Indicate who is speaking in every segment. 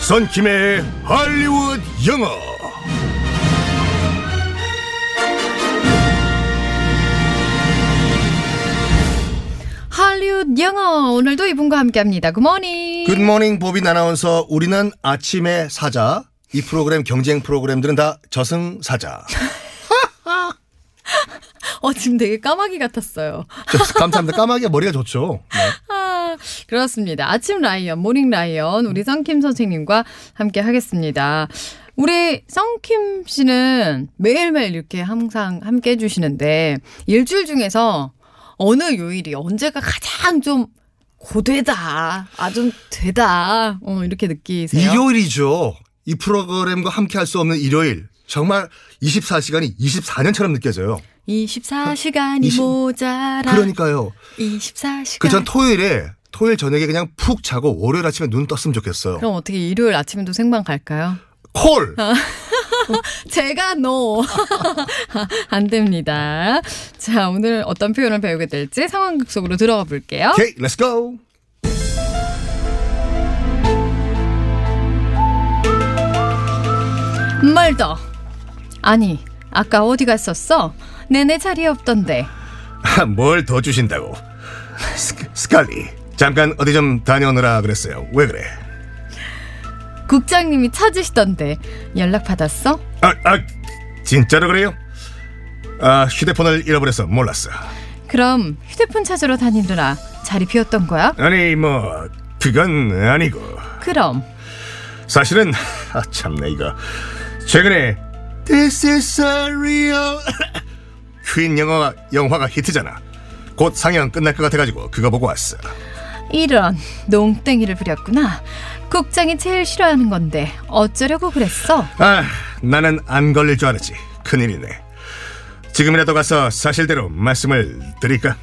Speaker 1: 선킴의 할리우드 영어.
Speaker 2: 할리우드 영어 오늘도 이분과 함께합니다. 굿모닝.
Speaker 1: 굿모닝 보빈 아나운서 우리는 아침의 사자. 이 프로그램 경쟁 프로그램들은 다 저승 사자.
Speaker 2: 어 지금 되게 까마귀 같았어요.
Speaker 1: 저- 감사합니다. 까마귀가 머리가 좋죠. 네.
Speaker 2: 아, 그렇습니다. 아침 라이언, 모닝 라이언 우리 성킴 선생님과 함께 하겠습니다. 우리 성킴 씨는 매일매일 이렇게 항상 함께 해주시는데 일주일 중에서 어느 요일이 언제가 가장 좀 고되다, 아 좀 되다, 어, 이렇게 느끼세요?
Speaker 1: 네. 일요일이죠. 이 프로그램과 함께 할 수 없는 일요일. 정말 24시간이 24년처럼 느껴져요.
Speaker 2: 24시간이
Speaker 1: 아, 이십- 네.
Speaker 2: 모자라.
Speaker 1: 그러니까요.
Speaker 2: 24시간.
Speaker 1: 그 전 토요일에 토요일 저녁에 그냥 푹 자고 월요일 아침에 눈 떴으면 좋겠어요.
Speaker 2: 럼 어떻게 일요일 아침에도 생방 갈까요?
Speaker 1: 콜!
Speaker 2: 제가 노. 안 됩니다. 자, 오늘 어떤 표현을 배우게 될지 상황극 속으로 들어가 볼게요.
Speaker 1: 오케이, 렛츠 고!
Speaker 2: 멀더. 아니, 아까 어디 갔었어? 내내 자리에 없던데.
Speaker 1: 아, 뭘 더 주신다고? 스, 스칼리 잠깐 어디 좀 다녀오느라 그랬어요. 왜 그래?
Speaker 2: 국장님이 찾으시던데. 연락 받았어?
Speaker 1: 아, 아 진짜로 그래요? 아 휴대폰을 잃어버려서 몰랐어.
Speaker 2: 그럼 휴대폰 찾으러 다니느라 자리 비웠던 거야?
Speaker 1: 아니 뭐 그건 아니고
Speaker 2: 그럼.
Speaker 1: 사실은 아 참내 이거 최근에 This is a real 퀸 영화 영화가 히트잖아. 곧 상영 끝날 것 같아가지고 그거 보고 왔어.
Speaker 2: 이런 농땡이를 부렸구나. 국장이 제일 싫어하는 건데 어쩌려고 그랬어?
Speaker 1: 아, 나는 안 걸릴 줄 알았지. 큰일이네. 지금이라도 가서 사실대로 말씀을 드릴까?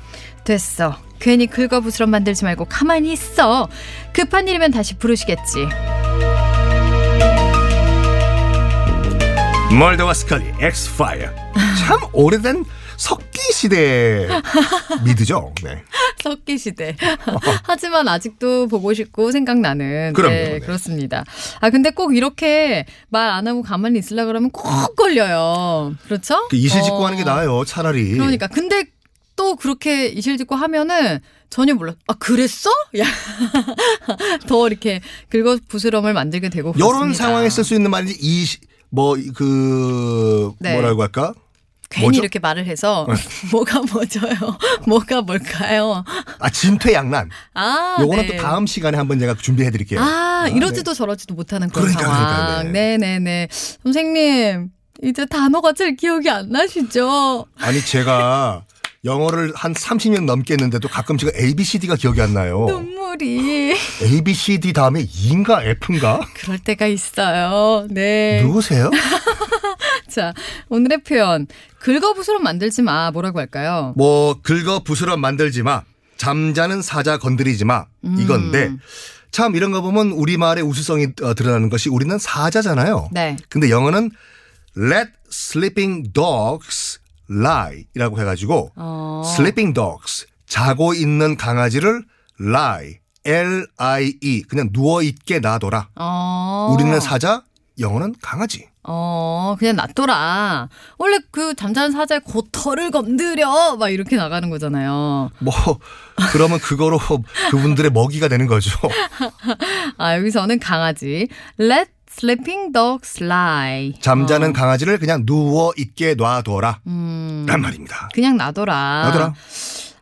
Speaker 2: 됐어. 괜히 긁어부스럼 만들지 말고 가만히 있어. 급한 일이면 다시 부르시겠지.
Speaker 1: 멀더와 스칼리, 엑스파이어. 참 오래된 석기 시대 미드죠. 네.
Speaker 2: 석기 시대. 하지만 아직도 보고 싶고 생각나는.
Speaker 1: 그럼요, 네.
Speaker 2: 네, 그렇습니다. 아 근데 꼭 이렇게 말 안 하고 가만히 있으려 그러면 꼭 걸려요. 그렇죠?
Speaker 1: 그 이실직고
Speaker 2: 어,
Speaker 1: 하는 게 나아요, 차라리.
Speaker 2: 그러니까 근데 또 그렇게 이실직고 하면은 전혀 몰라. 아 그랬어? 야. 더 이렇게 긁어부스럼을 만들게 되고 그렇습니다.
Speaker 1: 이런 상황에 쓸 수 있는 말이 뭐, 이뭐그
Speaker 2: 네.
Speaker 1: 뭐라고 할까?
Speaker 2: 괜히
Speaker 1: 뭐죠? 어.
Speaker 2: 이렇게 말을 해서 뭐가 뭐죠요? 뭐가 뭘까요?
Speaker 1: 아 진퇴양난.
Speaker 2: 아,
Speaker 1: 요거는
Speaker 2: 네.
Speaker 1: 또 다음 시간에 한번 제가 준비해 드릴게요.
Speaker 2: 아,
Speaker 1: 네.
Speaker 2: 이러지도 저러지도 못하는 그런
Speaker 1: 그러니까,
Speaker 2: 상황.
Speaker 1: 그러니까, 네.
Speaker 2: 네, 네, 네. 선생님, 이제 단어가 잘 기억이 안 나시죠?
Speaker 1: 아니 제가 영어를 한 30년 넘게 했는데도 가끔 제가 ABCD가 기억이 안 나요.
Speaker 2: 눈물이
Speaker 1: A, B, C, D 다음에 E인가 F인가?
Speaker 2: 그럴 때가 있어요. 네.
Speaker 1: 누구세요?
Speaker 2: 자, 오늘의 표현 긁어부스럼 만들지 마. 뭐라고 할까요?
Speaker 1: 뭐 긁어 부스럼 만들지 마. 잠자는 사자 건드리지 마.
Speaker 2: 음.
Speaker 1: 이건데 참 이런 거 보면 우리 말의 우수성이 어, 드러나는 것이 우리는 사자잖아요.
Speaker 2: 네.
Speaker 1: 근데 영어는 let sleeping dogs lie이라고 해가지고
Speaker 2: 어.
Speaker 1: sleeping dogs 자고 있는 강아지를 lie L I E 그냥 누워 있게 놔둬라.
Speaker 2: 어.
Speaker 1: 우리는 사자, 영어는 강아지.
Speaker 2: 어, 그냥 놔둬라. 원래 그 잠자는 사자의 고털을 건드려! 막 이렇게 나가는 거잖아요.
Speaker 1: 뭐 그러면 그거로 그분들의 먹이가 되는 거죠.
Speaker 2: 아, 여기서는 강아지. Let sleeping dogs lie.
Speaker 1: 잠자는 강아지를 그냥 누워 있게 놔둬라.
Speaker 2: 어. 음,
Speaker 1: 란 말입니다.
Speaker 2: 그냥 놔둬라.
Speaker 1: 놔둬라.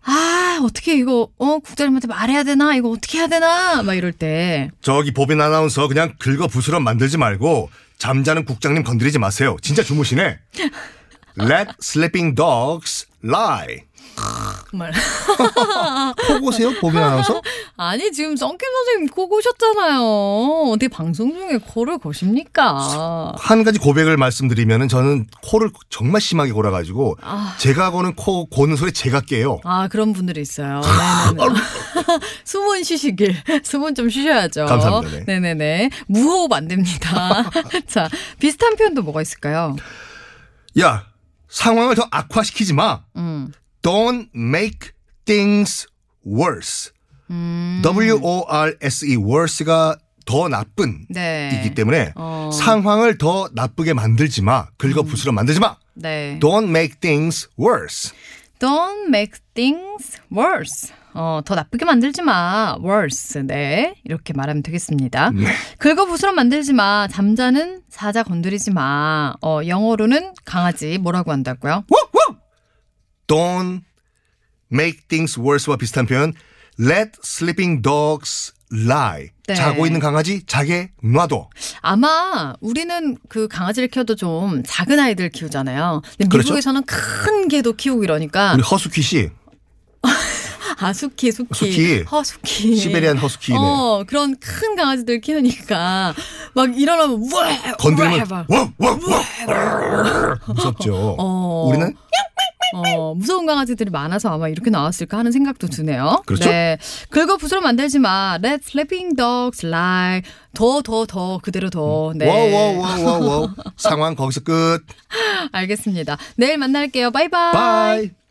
Speaker 2: 아, 어떻게 이거, 어, 국장님한테 말해야 되나? 이거 어떻게 해야 되나? 막 이럴 때.
Speaker 1: 저기 보빈 아나운서 그냥 긁어 부스럼 만들지 말고 잠자는 국장님 건드리지 마세요. 진짜 주무시네. Let sleeping dogs lie.
Speaker 2: 정말.
Speaker 1: 보고세요, 보빈 아나운서?
Speaker 2: 아니, 지금 썬킴 선생님 코 고셨잖아요. 어떻게 방송 중에 코를 고십니까?
Speaker 1: 한 가지 고백을 말씀드리면은 저는 코를 정말 심하게 골아가지고
Speaker 2: 아.
Speaker 1: 제가 고는 코 고는 소리 제가 깨요.
Speaker 2: 아, 그런 분들이 있어요. 네네네. 숨은 쉬시길. 숨은 좀 쉬셔야죠.
Speaker 1: 감사합니다.
Speaker 2: 네. 네네 무호흡 안 됩니다. 자, 비슷한 표현도 뭐가 있을까요?
Speaker 1: 야 상황을 더 악화시키지 마.
Speaker 2: 음.
Speaker 1: Don't make things worse.
Speaker 2: 음.
Speaker 1: W O R S E worse가 더 나쁜
Speaker 2: 네.
Speaker 1: 이기 때문에
Speaker 2: 어.
Speaker 1: 상황을 더 나쁘게 만들지 마. 긁어 부스러 만들지 마.
Speaker 2: 음. 네.
Speaker 1: Don't make things worse.
Speaker 2: Don't make things worse. 어, 더 나쁘게 만들지 마. worse. 네. 이렇게 말하면 되겠습니다.
Speaker 1: 네.
Speaker 2: 긁어 부스럼 만들지 마. 잠자는 사자 건드리지 마. 어, 영어로는 강아지 뭐라고 한다고요?
Speaker 1: Woo, woo. Don't make things worse와 비슷한 표현. Let sleeping dogs lie.
Speaker 2: 네.
Speaker 1: 자고 있는 강아지 자게 놔둬.
Speaker 2: 아마 우리는 그 강아지를 키워도 좀 작은 아이들 키우잖아요. 근데
Speaker 1: 그렇죠.
Speaker 2: 미국에서는 큰 개도 키우고 이러니까
Speaker 1: 우리 허수키 씨,
Speaker 2: 아 수키 수키
Speaker 1: 수키.
Speaker 2: 허수키
Speaker 1: 시베리안 허스키네.
Speaker 2: 예. 어 그런 큰 강아지들 키우니까 막 일어나면 우와
Speaker 1: 건드리면
Speaker 2: 막.
Speaker 1: 워, 워, 워. 무섭죠.
Speaker 2: 어.
Speaker 1: 우리는
Speaker 2: 어, 무서운 강아지들이 많아서 아마 이렇게 나왔을까 하는 생각도 드네요.
Speaker 1: 그렇죠?
Speaker 2: 네. 긁어 부스럼 만들지 마. Let sleeping dogs lie. 더, 더, 더, 그대로 더.
Speaker 1: 음.
Speaker 2: 네.
Speaker 1: 워워워워워 상황 거기서 끝.
Speaker 2: 알겠습니다. 내일 만날게요. 바이바이.
Speaker 1: 바이.